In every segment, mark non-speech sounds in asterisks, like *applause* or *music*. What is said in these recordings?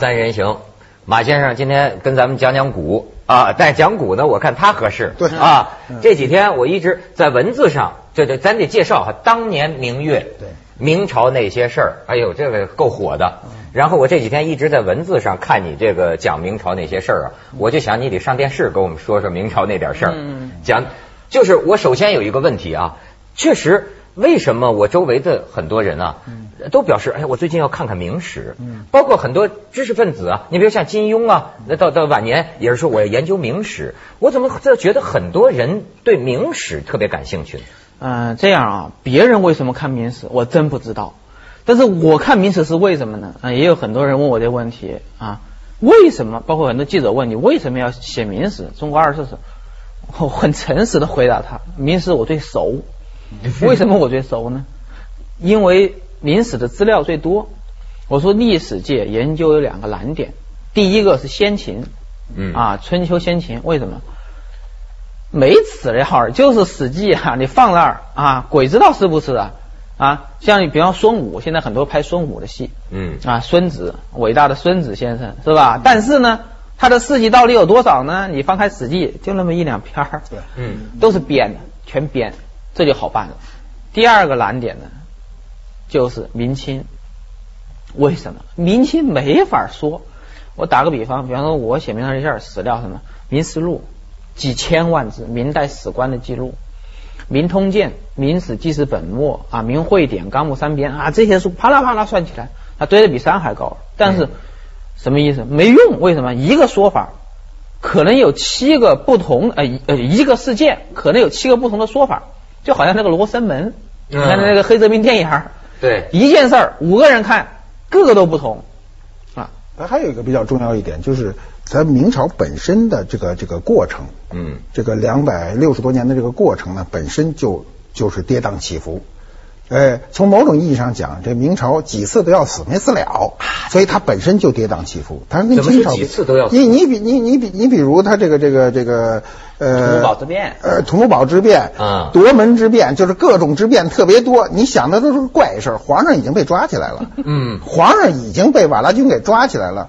安人行，马先生今天跟咱们讲讲古啊，但讲古呢，我看他合适。对啊嗯，这几天我一直在文字上，这这咱得介绍哈，当年明月，对，明朝那些事儿，哎呦，这个够火的。嗯然后我这几天一直在文字上看你这个讲明朝那些事儿啊，嗯我就想你得上电视给我们说说明朝那点事儿。嗯讲就是我首先有一个问题啊，确实为什么我周围的很多人啊，都表示哎，我最近要看看明史，嗯包括很多知识分子啊，你比如像金庸啊，那到到晚年也是说我要研究明史，我怎么觉得很多人对明史特别感兴趣呢？嗯，这样啊，别人为什么看明史，我真不知道。但是我看明史是为什么呢？啊、也有很多人问我这个问题啊，为什么？包括很多记者问你为什么要写明史？中国二十四史， *laughs* 我很诚实的回答他，明史我最熟。 *laughs* 为什么我最熟呢？因为明史的资料最多。我说历史界研究有两个难点，第一个是先秦，嗯啊，春秋先秦，为什么？没史料儿，就是《史记》啊，你放那儿啊，鬼知道是不是啊？啊，像你比方孙武，现在很多拍孙武的戏嗯啊，孙子，伟大的孙子先生是吧？但是呢，他的事迹到底有多少呢？你翻开《史记》，就那么一两篇儿，对嗯都是编的，全编，这就好办了。第二个难点呢，就是明清，为什么明清没法说？我打个比方，比方说我写明朝这事儿史料什么《明实录》，几千万字，明代史官的记录，《明通鉴》《明史纪事本末》啊，《明会典》《纲目三编》啊，这些书啪啦啪啦算起来，它堆得比山还高。但是、嗯什么意思？没用，为什么？一个说法可能有七个不同，呃一呃一个事件可能有七个不同的说法，就好像那个罗生门，你嗯看那个黑泽明电影儿，对一件事儿五个人看，个个都不同啊。那还有一个比较重要一点，就是咱明朝本身的这个这个过程，嗯这个两百六十多年的这个过程呢，本身就就是跌宕起伏。呃，从某种意义上讲，这明朝几次都要死没死了，所以它本身就跌宕起伏。它跟怎么是清朝比几次都要死你你比你你比你比如它这个这个这个呃土木堡之变呃土木堡之变啊夺门之变，就是各种之变特别多。你想的都是怪事儿，皇上已经被抓起来了，嗯皇上已经被瓦剌军给抓起来了。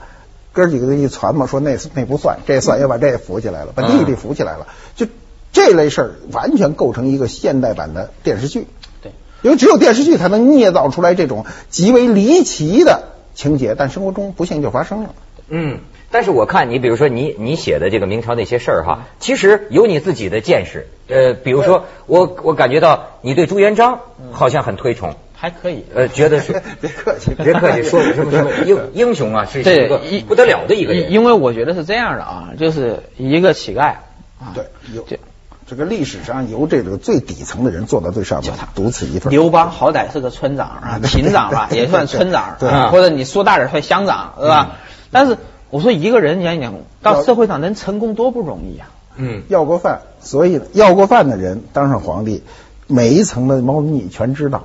哥几个一传嘛，说那那不算，这嗯算又把这扶起来了，把弟弟扶起来了，就这类事儿完全构成一个现代版的电视剧。对，因为只有电视剧才能捏造出来这种极为离奇的情节，但生活中不幸就发生了。嗯，但是我看你，比如说你你写的这个明朝那些事儿哈，其实有你自己的见识。呃，比如说我我感觉到你对朱元璋好像很推崇，还可以，呃，觉得是别客气别客气，说什么什么英英雄啊，是一个对不得了的一个因人。因为我觉得是这样的啊，就是一个乞丐啊，对，有这这个历史上由这个最底层的人做到最上面就他，独此一份。刘邦好歹是个村长啊，对亭长吧，对也算村长，对啊或者你说大点儿算乡长，是吧？但是我说一个人讲一讲，到社会上能成功多不容易啊！嗯，要过饭，所以呢要过饭的人当上皇帝，每一层的猫腻全知道。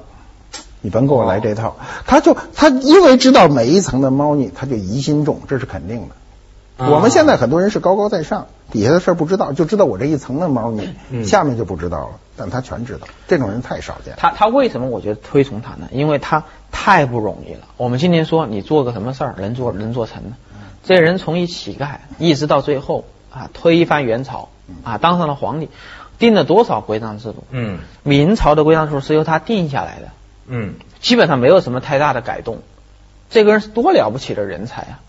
你甭给我来这哦套，他就他因为知道每一层的猫腻，他就疑心重，这是肯定的。啊我们现在很多人是高高在上，底下的事儿不知道，就知道我这一层的猫腻，嗯下面就不知道了。但他全知道，这种人太少见。他他为什么我觉得推崇他呢？因为他太不容易了。我们今天说你做个什么事儿能做能做成呢？嗯这人从一乞丐一直到最后啊，推翻元朝啊，当上了皇帝，定了多少规章制度？嗯明朝的规章制度是由他定下来的。嗯，基本上没有什么太大的改动。这个人是多了不起的人才啊！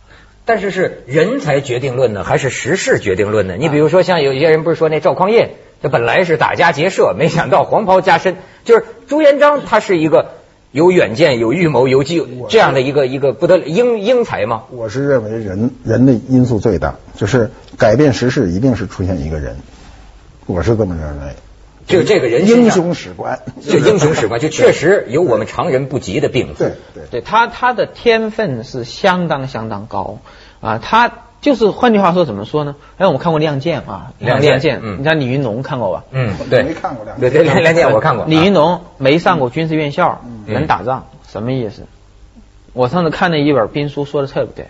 但是是人才决定论呢，还是时势决定论呢？你比啊如说，像有些人不是说那赵匡胤，他本来是打家劫舍，没想到黄袍加身。就是朱元璋，他是一个有远见、有预谋、有计这样的一个一个不得了英英才嘛。我是认为人人的因素最大，就是改变时事一定是出现一个人，我是这么认为。就这个人身上英雄史观，就英雄史观，就确实有我们常人不及的病 *laughs* 对夫。对。对他，他的天分是相当相当高啊！他就是换句话说，怎么说呢？哎，我们看过《亮剑》啊，《亮剑亮剑》，嗯你看李云龙看过吧？嗯，对，没看过 *laughs* 梁对对，梁梁健我看过。啊李云龙没上过军事院校，嗯能打仗什么意思？我上次看了一本兵书，说的特别对，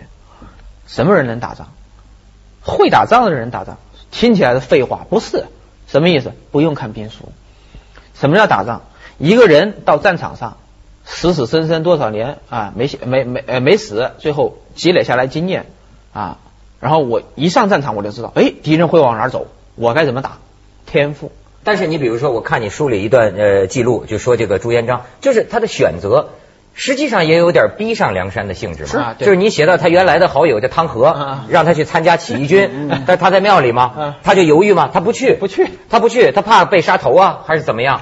什么人能打仗？会打仗的人打仗，听起来是废话，不是？什么意思？不用看兵书。什么叫打仗？一个人到战场上，死死生生多少年啊，没没没呃没死，最后积累下来经验啊，然后我一上战场我就知道，哎，敌人会往哪儿走，我该怎么打，天赋。但是你比如说，我看你书里一段呃记录，就说这个朱元璋，就是他的选择，实际上也有点逼上梁山的性质嘛。是啊对就是你写到他原来的好友叫汤和，啊让他去参加起义军，但他在庙里嘛，嗯他就犹豫嘛，他不去，不去，他不去，他怕被杀头啊，还是怎么样？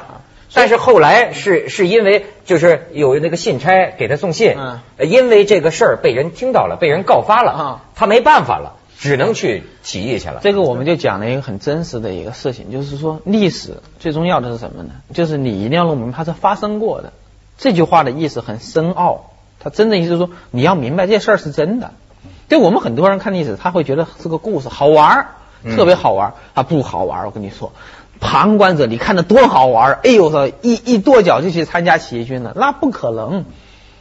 但是后来是是因为就是有那个信差给他送信，嗯呃因为这个事儿被人听到了，被人告发了，啊他没办法了，只能去起义去了。这个我们就讲了一个很真实的一个事情，就是说历史最重要的是什么呢？就是你一定要弄明白它是发生过的。这句话的意思很深奥，它真的意思是说你要明白这事儿是真的。对我们很多人看历史，他会觉得是个故事好玩儿，嗯特别好玩儿，啊不好玩儿。我跟你说，旁观者你看的多好玩儿，哎呦我操，一一跺脚就去参加起义军了，那不可能。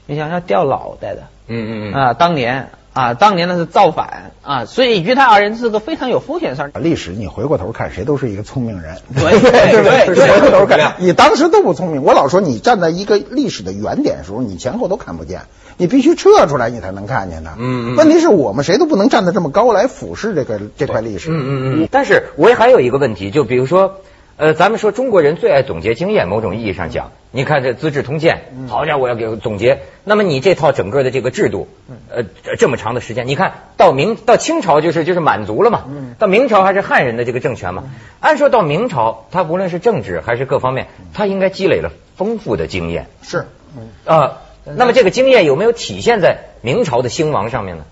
你想要掉脑袋的，嗯嗯嗯啊，当年啊，当年那是造反啊，所以于他而言是个非常有风险的事儿。历史你回过头看，谁都是一个聪明人， *laughs* 对对不对回过头看，对你当时都不聪明。我老说你站在一个历史的原点的时候，你前后都看不见，你必须撤出来，你才能看见它。嗯嗯问题是我们谁都不能站得这么高来俯视这个这块历史。嗯嗯嗯。但是我也还有一个问题，就比如说，呃，咱们说中国人最爱总结经验，某种意义上讲，你看这《资治通鉴》，好家伙，我要给总结。那么你这套整个的这个制度，呃，这这么长的时间，你看到明到清朝就是就是满族了嘛，到明朝还是汉人的这个政权嘛。按说到明朝，他无论是政治还是各方面，他应该积累了丰富的经验是，嗯。啊。那么这个经验有没有体现在明朝的兴亡上面呢？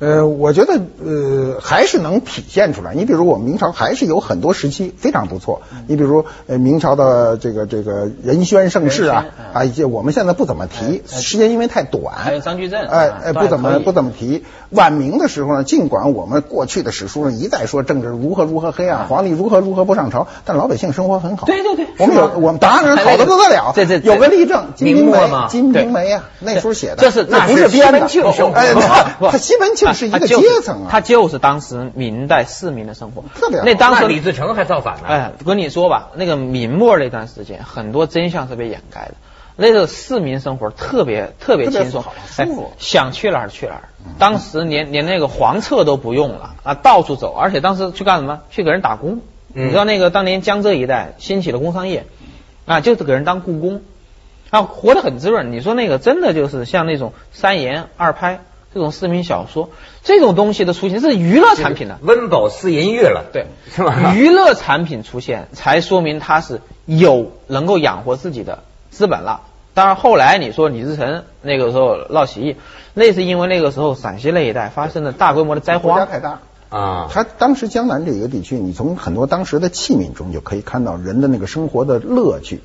呃，我觉得呃还是能体现出来。你比如我们明朝还是有很多时期非常不错。嗯你比如呃明朝的这个这个仁宣盛世啊仁宣嗯啊，这我们现在不怎么哎提，时间因为太短。还有张居正哎啊哎，不都还怎么可以不怎么提。晚明的时候呢，尽管我们过去的史书上一再说政治如何如何黑暗，皇帝如何如何不上朝，但老百姓生活很好。啊对对对我们是有吗我们当然好的不得了。对对对有个例证，《金明瓶梅末》嘛《金瓶梅》啊，对那时候写的，这是那那不是编的。哦西门庆生活哎，不那不他西门庆是一他个就阶层啊，他就是当时明代市民的生活，特别好那当那时李自成还造反呢。哎，跟你说吧，那个明末那段时间，很多真相是被掩盖的。那个市民生活特别特别轻松特别好，哎舒服想去哪儿去哪儿。当时连连那个黄册都不用了啊，到处走，而且当时去干什么？去给人打工。嗯你知道那个当年江浙一带兴起了工商业，啊，就是给人当雇工，啊，活得很滋润。你说那个真的就是像那种三言二拍这种市民小说，这种东西的出现这是娱乐产品的。温饱思淫欲了，对，是吧？娱乐产品出现，才说明他是有能够养活自己的资本了。当然，后来你说李自成那个时候闹起义，那是因为那个时候陕西那一带发生了大规模的灾国家荒。太大。啊，他当时江南这一个地区，你从很多当时的器皿中就可以看到人的那个生活的乐趣。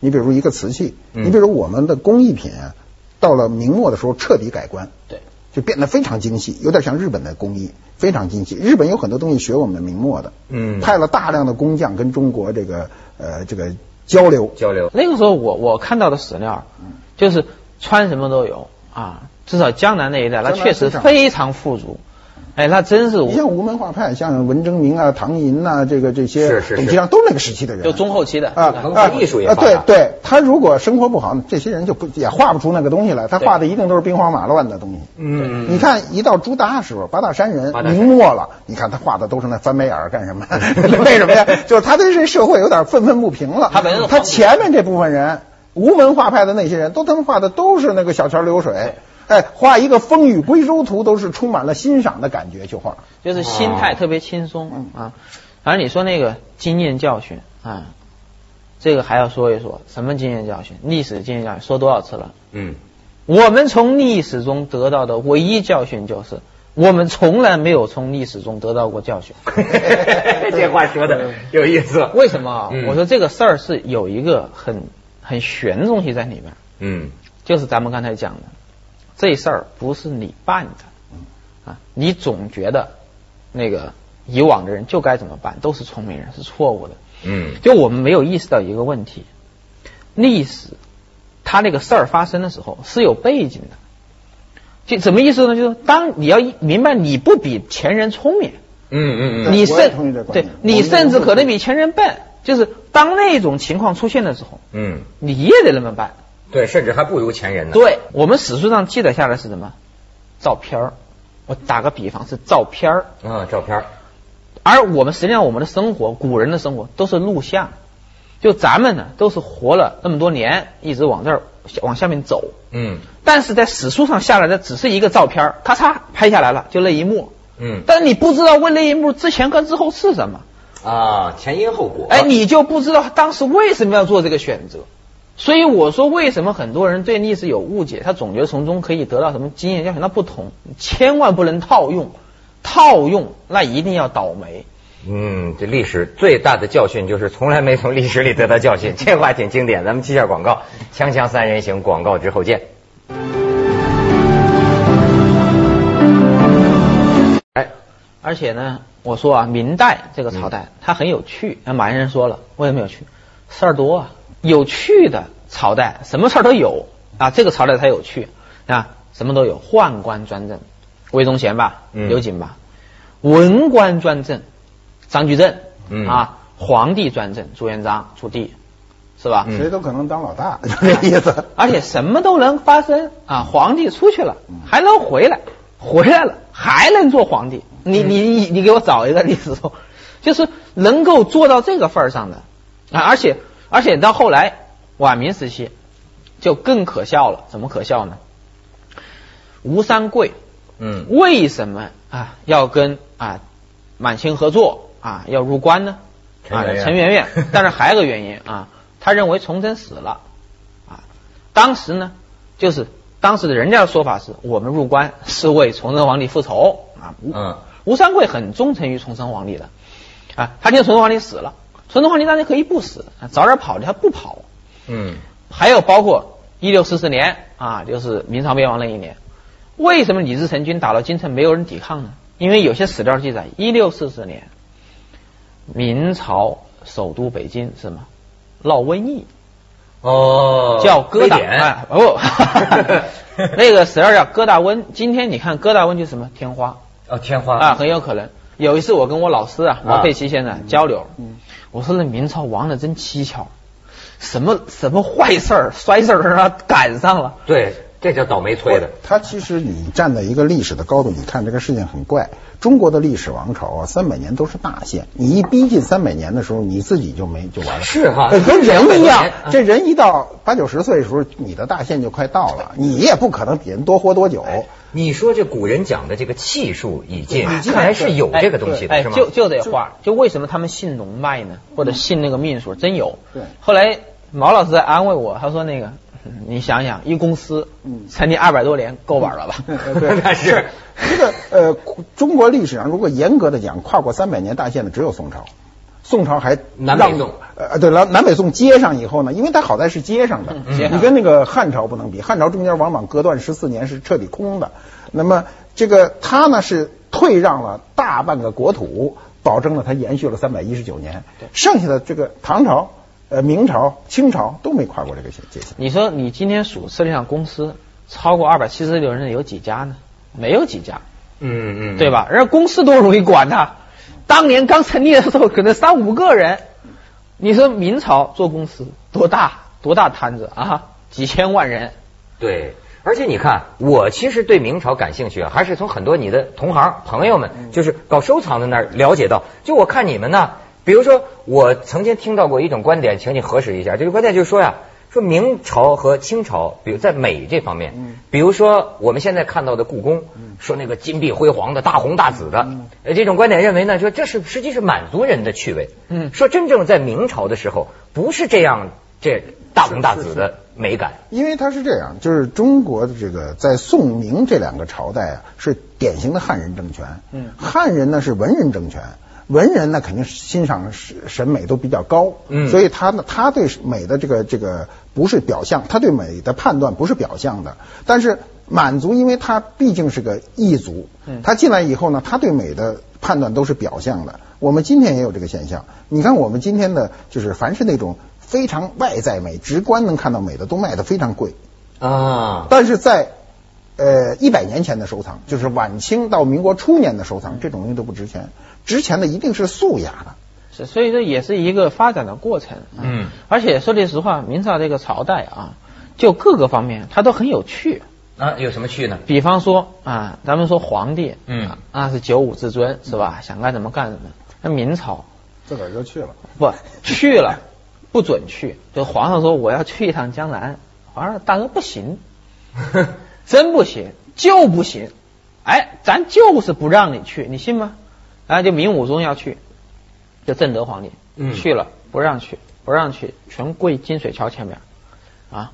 你比如一个瓷器，嗯你比如我们的工艺品啊，到了明末的时候彻底改观，对，就变得非常精细，有点像日本的工艺，非常精细。日本有很多东西学我们的明末的，嗯派了大量的工匠跟中国这个呃这个交流，交流那个时候我我看到的史料，就是穿什么都有啊，至少江南那一带，那江南确实市场非常富足。哎，那真是嗯我你像吴门画派，像文征明啊、唐寅呐、这个这些是是是董其昌都是那个时期的人，就中后期的啊文化艺术也啊，发达对对，他如果生活不好，这些人就不也画不出那个东西来，他画的一定都是兵荒马乱的东西。嗯你看一到朱耷时候，八大山人八大山人明末了，你看他画的都是那翻白眼儿干什么？ *laughs* 为什么 *laughs* 呀？就是他对这社会有点愤愤不平了。他本身是他前面这部分人，无文化派的那些人，都他们画的都是那个小桥流水。哎，画一个风雨归舟图都是充满了欣赏的感觉去画。就是心态特别轻松啊。反正你说那个经验教训啊，这个还要说一说，什么经验教训？历史经验教训说多少次了？ *laughs* 嗯，我们从历史中得到的唯一教训就是，我们从来没有从历史中得到过教训。这话说的有意思。为什么啊？嗯我说这个事儿是有一个很很玄的东西在里面，嗯就是咱们刚才讲的，这事儿不是你办嗯的啊，你总觉得那个以往的人就该怎么办，都是聪明人是错误的。嗯就我们没有意识到一个问题，历史它那个事儿发生的时候是有背景的。就什么意思呢？就是当你要明白你不比前人聪明，嗯嗯对嗯，你我也甚同意这个观对点我你们甚至可能比前人笨。就是当那种情况出现的时候，嗯，你也得那么办。对，甚至还不如前人呢。对我们史书上记载下来是什么？照片儿。我打个比方是照片儿，啊，照片儿而我们实际上我们的生活，古人的生活都是录像。就咱们呢，都是活了那么多年，一直往这儿往下面走。嗯但是在史书上下来的只是一个照片儿，咔嚓拍下来了，就那一幕。嗯但是你不知道为那一幕之前跟之后是什么，啊，前因后果。哎，你就不知道当时为什么要做这个选择。所以我说，为什么很多人对历史有误解？他总觉得从中可以得到什么经验，要想到不同，千万不能套用，套用那一定要倒霉。嗯，这历史最大的教训就是从来没从历史里得到教训，这话挺经典。咱们记下广告，锵锵三人行广告之后见。哎，而且呢，我说啊，明代这个朝嗯代、它很有趣。那马先生说了，为什么有趣？事儿多啊，有趣的朝代，什么事儿都有啊。这个朝代才有趣啊，什么都有，宦官专政，魏忠贤吧，嗯刘瑾吧，文官专政，张居正，嗯啊，皇帝专政，朱元璋、朱棣，是吧？嗯谁都可能当老大，就这意 *laughs* 思。而且什么都能发生啊！皇帝出去了，还能回来，回来了还能做皇帝。你你你你给我找一个例子说， *laughs* 就是能够做到这个份儿上的啊！而且而且到后来晚明时期就更可笑了，怎么可笑呢？吴三桂嗯为什么啊要跟啊满清合作啊要入关呢？陈啊圆圆陈 *laughs* 圆圆，但是还有个原因啊，他认为崇祯死了啊。当时呢，就是当时的人家的说法是我们入关是为崇祯皇帝复仇啊。吴嗯吴三桂很忠诚于崇祯皇帝的啊，他见崇祯皇帝死了，崇祯皇帝当然可以不死，啊早点跑的他不跑，嗯还有包括一六四四年啊，就是明朝灭亡那一年，为什么李自成军打到京城没有人抵抗呢？因为有些史料记载，一六四四年，明朝首都北京是什么？闹瘟疫，哦，叫疙瘩，非典哎哦，那个史料叫疙瘩瘟。今天你看疙瘩瘟就是什么天花哦，天花啊，很有可能。有一次我跟我老师啊，王佩奇先生交流，嗯我说那明朝亡的真蹊跷，什么什么坏事儿、衰事儿让他赶上了。对，这叫倒霉催的。它其实你站在一个历史的高度，你看这个事情很怪。中国的历史王朝啊，三百年都是大限，你一逼近三百年的时候，你自己就没就完了。是哈呃跟人一样啊200年，啊这人一到八九十岁的时候，你的大限就快到了，你也不可能比人多活多久。哦你说这古人讲的这个气数已尽，哎已尽看来是有这个东西的，哎，是吗？就就这话，就为什么他们信龙脉呢？或者信那个命数，真有。嗯对后来毛老师在安慰我，他说那个，嗯你想想，一公司嗯成立二百多年，够玩了吧？ *laughs* *laughs* 对那是这个呃，中国历史上如果严格的讲，跨过三百年大限的只有宋朝。宋朝还南让北宋呃对南南北宋接上以后呢，因为它好在是接上的，嗯接上你跟那个汉朝不能比，汉朝中间往往隔断十四年是彻底空的。那么这个它呢是退让了大半个国土，保证了它延续了三百一十九年，剩下的这个唐朝、呃明朝、清朝都没跨过这个界界限。你说你今天数世界上公司超过二百七十六人的有几家呢？没有几家，嗯嗯，对？吧？人家公司多容易管呐，当年刚成立的时候可能三五个人，你说明朝做公司多大多大摊子啊？几千万人，对，而且你看，我其实对明朝感兴趣啊，还是从很多你的同行朋友们，就是搞收藏的那儿了解到。就我看你们呢，比如说我曾经听到过一种观点，请你核实一下。这个观点就是说呀，说明朝和清朝，比如在美这方面嗯，比如说我们现在看到的故宫，说那个金碧辉煌的、大红大紫的，呃这种观点认为呢，说这是实际是满族人的趣味。嗯说真正在明朝的时候，不是这样这大红大紫的美感。因为它是这样，就是中国的这个在宋明这两个朝代啊，是典型的汉人政权。嗯汉人呢是文人政权，文人呢肯定是欣赏审审美都比较高，嗯所以他呢他对美的这个这个不是表象，他对美的判断不是表象的。但是满族，因为他毕竟是个异族，嗯他进来以后呢，他对美的判断都是表象的。我们今天也有这个现象，你看我们今天的就是凡是那种非常外在美、直观能看到美的，都卖的非常贵。啊，但是在呃一百年前的收藏，就是晚清到民国初年的收藏，这种东西都不值钱，值钱的一定是素雅的。是，所以这也是一个发展的过程。嗯，而且说句实话，明朝这个朝代啊，就各个方面它都很有趣。啊，有什么趣呢？ *laughs* 比方说啊，咱们说皇帝，嗯啊那是九五至尊是吧？想干什么干什么。那明朝自个儿就去了。不去了，不准去。就皇上说我要去一趟江南，皇上大哥不行，真不行，就不行。哎，咱就是不让你去，你信吗？哎，就明武宗要去，就正德皇帝、嗯去了，不让去，不让去，全跪金水桥前面啊，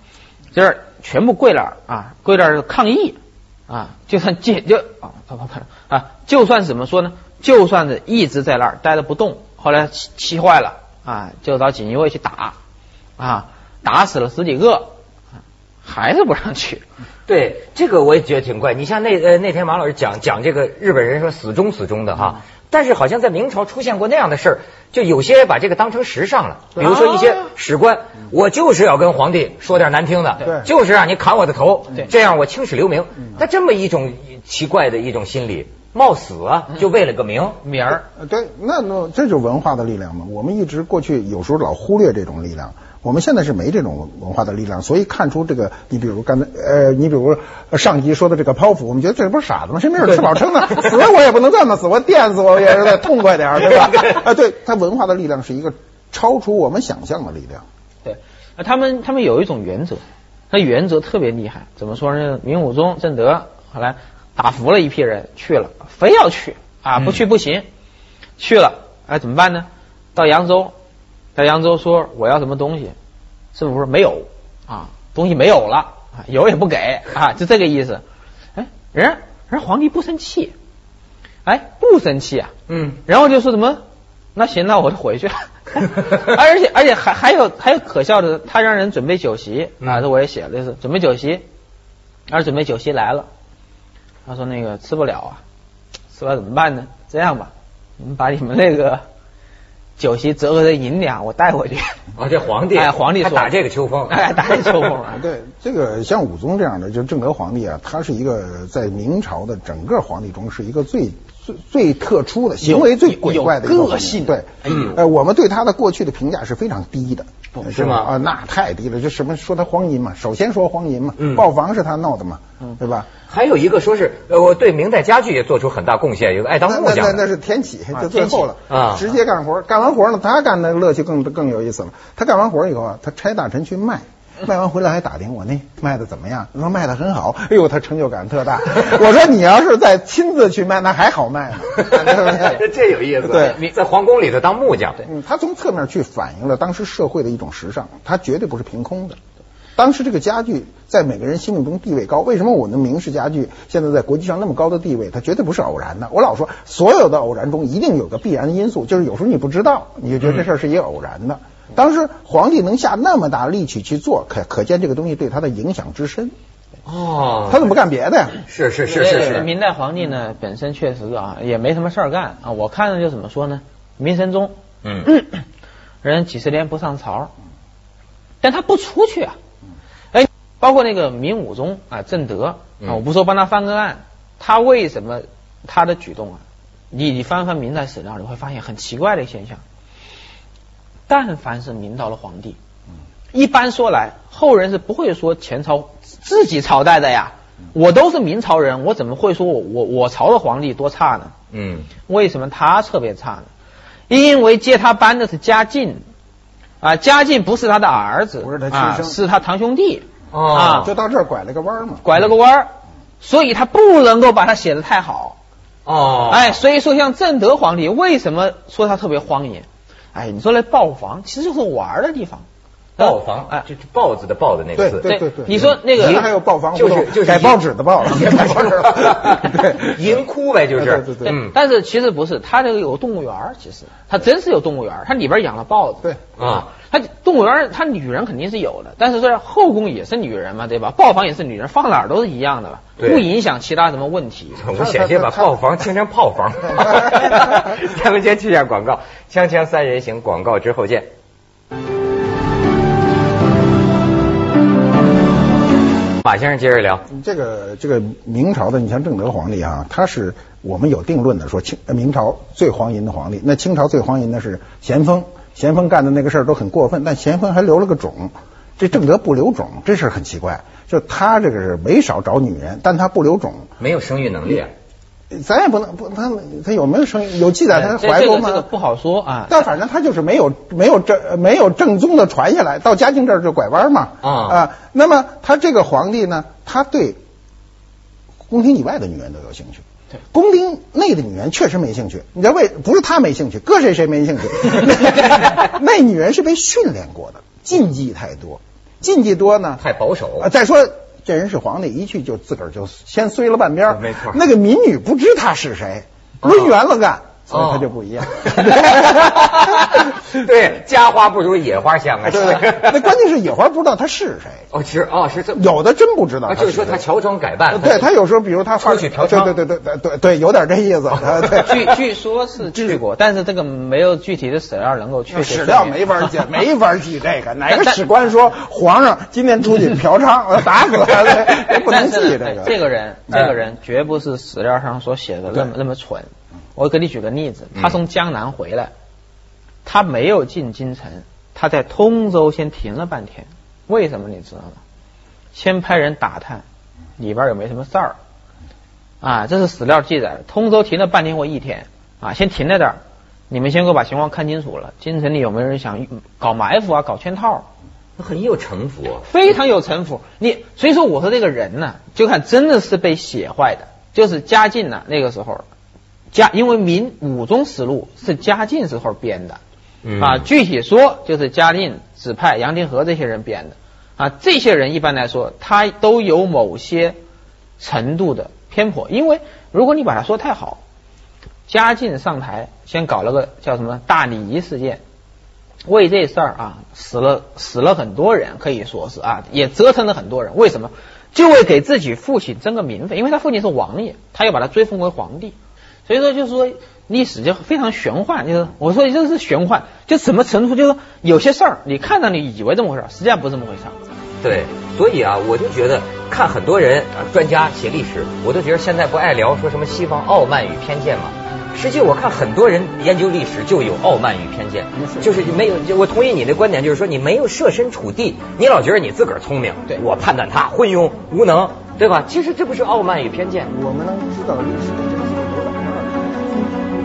就是全部跪那儿啊，跪那儿抗议啊，就算戒就啊，不不不啊，就算怎么说呢？就算是一直在那儿待着不动，后来气气坏了啊，就找锦衣卫去打啊，打死了十几个，啊还是不让去。对，这个我也觉得挺怪。你像那呃那天马老师讲讲这个日本人说死忠死忠的嗯哈，但是好像在明朝出现过那样的事儿，就有些人把这个当成时尚了。比如说一啊些史官，嗯我就是要跟皇帝说点难听的对，就是让你砍我的头对，嗯这样我青史留名。那这么一种奇怪的一种心理，冒死啊，嗯就为了个名。名儿呃，对，那那这就是文化的力量嘛。我们一直过去有时候老忽略这种力量，我们现在是没这种文文化的力量，所以看出这个，你比如刚才呃，你比如上集说的这个剖腹，我们觉得这不是傻子吗？谁没有吃饱撑的？ *laughs* 死我也不能这么死，我电死我也是得痛快点儿，对吧？啊、对，它文化的力量是一个超出我们想象的力量。对，呃他们他们有一种原则，那原则特别厉害。怎么说呢？明武宗正德后来打服了一批人去了，非要去啊，嗯不去不行。去了，哎，怎么办呢？到扬州，到扬州说我要什么东西，师傅说没有啊，东西没有了啊，有也不给啊，就这个意思。哎，人家人家皇帝不生气，哎，不生气啊，嗯，然后就说什么，那行，那我就回去。 *laughs* 而且而且还还有还有可笑的，他让人准备酒席，嗯啊，这我也写了，就是准备酒席，然后准备酒席来了，他说那个吃不了啊，吃不了怎么办呢？这样吧，你们把你们那个酒席折合的银两我带回去。啊，这皇帝，哎皇帝他说打这个秋风， *laughs* 哎打这个秋风啊对，这个像武宗这样的，就正德皇帝啊，他是一个在明朝的整个皇帝中是一个最最最特殊的行为最鬼怪的一个有皇个帝性对，哎呦呃，我们对他的过去的评价是非常低的，哦知道是吗啊，那太低了，就什么说他荒淫嘛，首先说荒淫嘛，嗯豹房是他闹的嘛，嗯对吧？还有一个说是，呃，我对明代家具也做出很大贡献，有个爱当那木那那匠那的，是天启，啊就最后了天启啊直接干活，干完活呢，他干的乐趣更更有意思了。他干完活以后啊，他拆大臣去卖。卖完回来还打听我那卖的怎么样？他说卖的很好，哎呦，他成就感特 *laughs* 大。我说你要是再亲自去卖，那还好卖呢。对不对这有意思。啊对你在皇宫里头当木匠，嗯，他从侧面去反映了当时社会的一种时尚，他绝对不是凭空的。当时这个家具在每个人心目中地位高，为什么我们明式家具现在在国际上那么高的地位？它绝对不是偶然的。我老说，所有的偶然中一定有个必然因素，就是有时候你不知道，你就觉得这事儿是一个偶然的。当时皇帝能下那么大力气去做，可可见这个东西对他的影响之深。哦他怎么不干别的呀？是是是是嗯对是，明代皇帝呢，本身确实啊也没什么事儿干啊。我看着就怎么说呢，明神宗，嗯， *clears throat* 人几十年不上朝，但他不出去啊。哎，包括那个明武宗啊，正德嗯啊，我不说帮他翻个案，他为什么他的举动啊？你你翻翻明代史料，你会发现很奇怪的现象。但凡是明朝的皇帝，一般说来，后人是不会说前朝自己朝代的呀。我都是明朝人，我怎么会说我我我朝的皇帝多差呢？嗯，为什么他特别差呢？因为接他班的是嘉靖，啊，嘉靖不是他的儿子，不是他亲啊生是他堂兄弟，哦啊，就到这儿拐了个弯儿嘛。拐了个弯儿，所以他不能够把他写的太好。哦，哎，，所以说像正德皇帝，为什么说他特别荒淫？哎，你说那豹房其实就是玩儿的地方，豹房，哎哎，，这豹子的豹的那个对字，对对对，你说那个其实还有报房就是活动就是改报纸 *laughs* 的报了，改报纸 *laughs* 了。对，淫窟呗，就是，对对对嗯，但是其实不是，他这个有动物园儿，其实他真是有动物园儿，他里边儿养了豹子。 *laughs* 对啊，他动物园儿他女人肯定是有的，但是这后宫也是女人嘛，对吧？豹房也是女人，放哪儿都是一样的吧，对不影响其他什么问题。我险些把炮房听成炮 *laughs* 房。咱们先去一下广告，锵锵三人行广告之后见。马先生接着聊，这个这个明朝的，你像正德皇帝啊，他是我们有定论的，说清呃明朝最荒淫的皇帝，那清朝最荒淫的是咸丰，咸丰干的那个事儿都很过分，但咸丰还留了个种。这正德不留种，这事儿很奇怪。就他这个是没少找女人，但他不留种，没有生育能嗯力啊。咱也不能不他他有没有生育有记载他这怀呃哎这过个吗？这个不好说啊。 *laughs* 但反正他就是没有没有正没有正宗的传下来，到嘉靖这儿就拐弯嘛。啊那么他这个皇帝呢，他对宫廷以外的女人都有兴趣对。宫廷内的女人确实没兴趣，你知道为不是他没兴趣，搁谁谁没 *laughs* 兴趣。那那女人是被训练过的，禁忌太多，禁忌多呢，太保守啊再说这人是皇帝，一去就自个儿就先衰了半边儿没错啊那个民女不知他是谁，抡圆了干，所以他就不一样。哦 *laughs* *laughs* 对，家花不如野花香啊。哎对对，那关键是野花不知道他是谁，哦，其实哦是这，有的真不知道啊他就是是谁。说他乔装改扮，对他有时候，比如他画出去嫖娼哦对对对对对对对，有点这意思。啊据对，据说是去过，但是这个没有具体的史料能够确切史说明。料没法 *laughs* 记，没法记这个。哪个史官说皇上今天出去嫖娼， *laughs* 我要打死他，对不能但是记这呢个。这个人，这哎个人绝不是史料上所写的那嗯么那么蠢。我给你举个例子，他从江南回来，他没有进京城，他在通州先停了半天。为什么你知道吗？先派人打探里边有没有什么事儿啊？这是史料记载的，通州停了半天或一天啊，先停在这儿。你们先给我把情况看清楚了，京城里有没有人想搞埋伏啊、搞圈套啊？很有城府。哦非常有城府。你所以说我说这个人呢、就看真的是被写坏的，就是嘉靖呢、那个时候，嘉因为明武宗实录是嘉靖时候编的、嗯啊，具体说就是嘉靖、指派杨廷和这些人编的啊，这些人一般来说他都有某些程度的偏颇，因为如果你把它说太好，嘉靖上台先搞了个叫什么大礼仪事件，为这事儿啊死了死了很多人，可以说是啊也折腾了很多人。为什么？就为给自己父亲争个名分，因为他父亲是王爷，他又把他追封为皇帝，所以说就是说历史就非常玄幻。就是我说这是玄幻，就什么程度？就是说有些事儿你看上你以为这么回事儿，实际上不是这么回事儿。对，所以啊，我就觉得看很多人啊，专家写历史，我都觉得现在不爱聊说什么西方傲慢与偏见嘛。实际我看很多人研究历史就有傲慢与偏见，就是没有。就我同意你的观点，就是说你没有设身处地，你老觉得你自个儿聪明，对我判断他昏庸无能，对吧？其实这不是傲慢与偏见。我们能知道历史。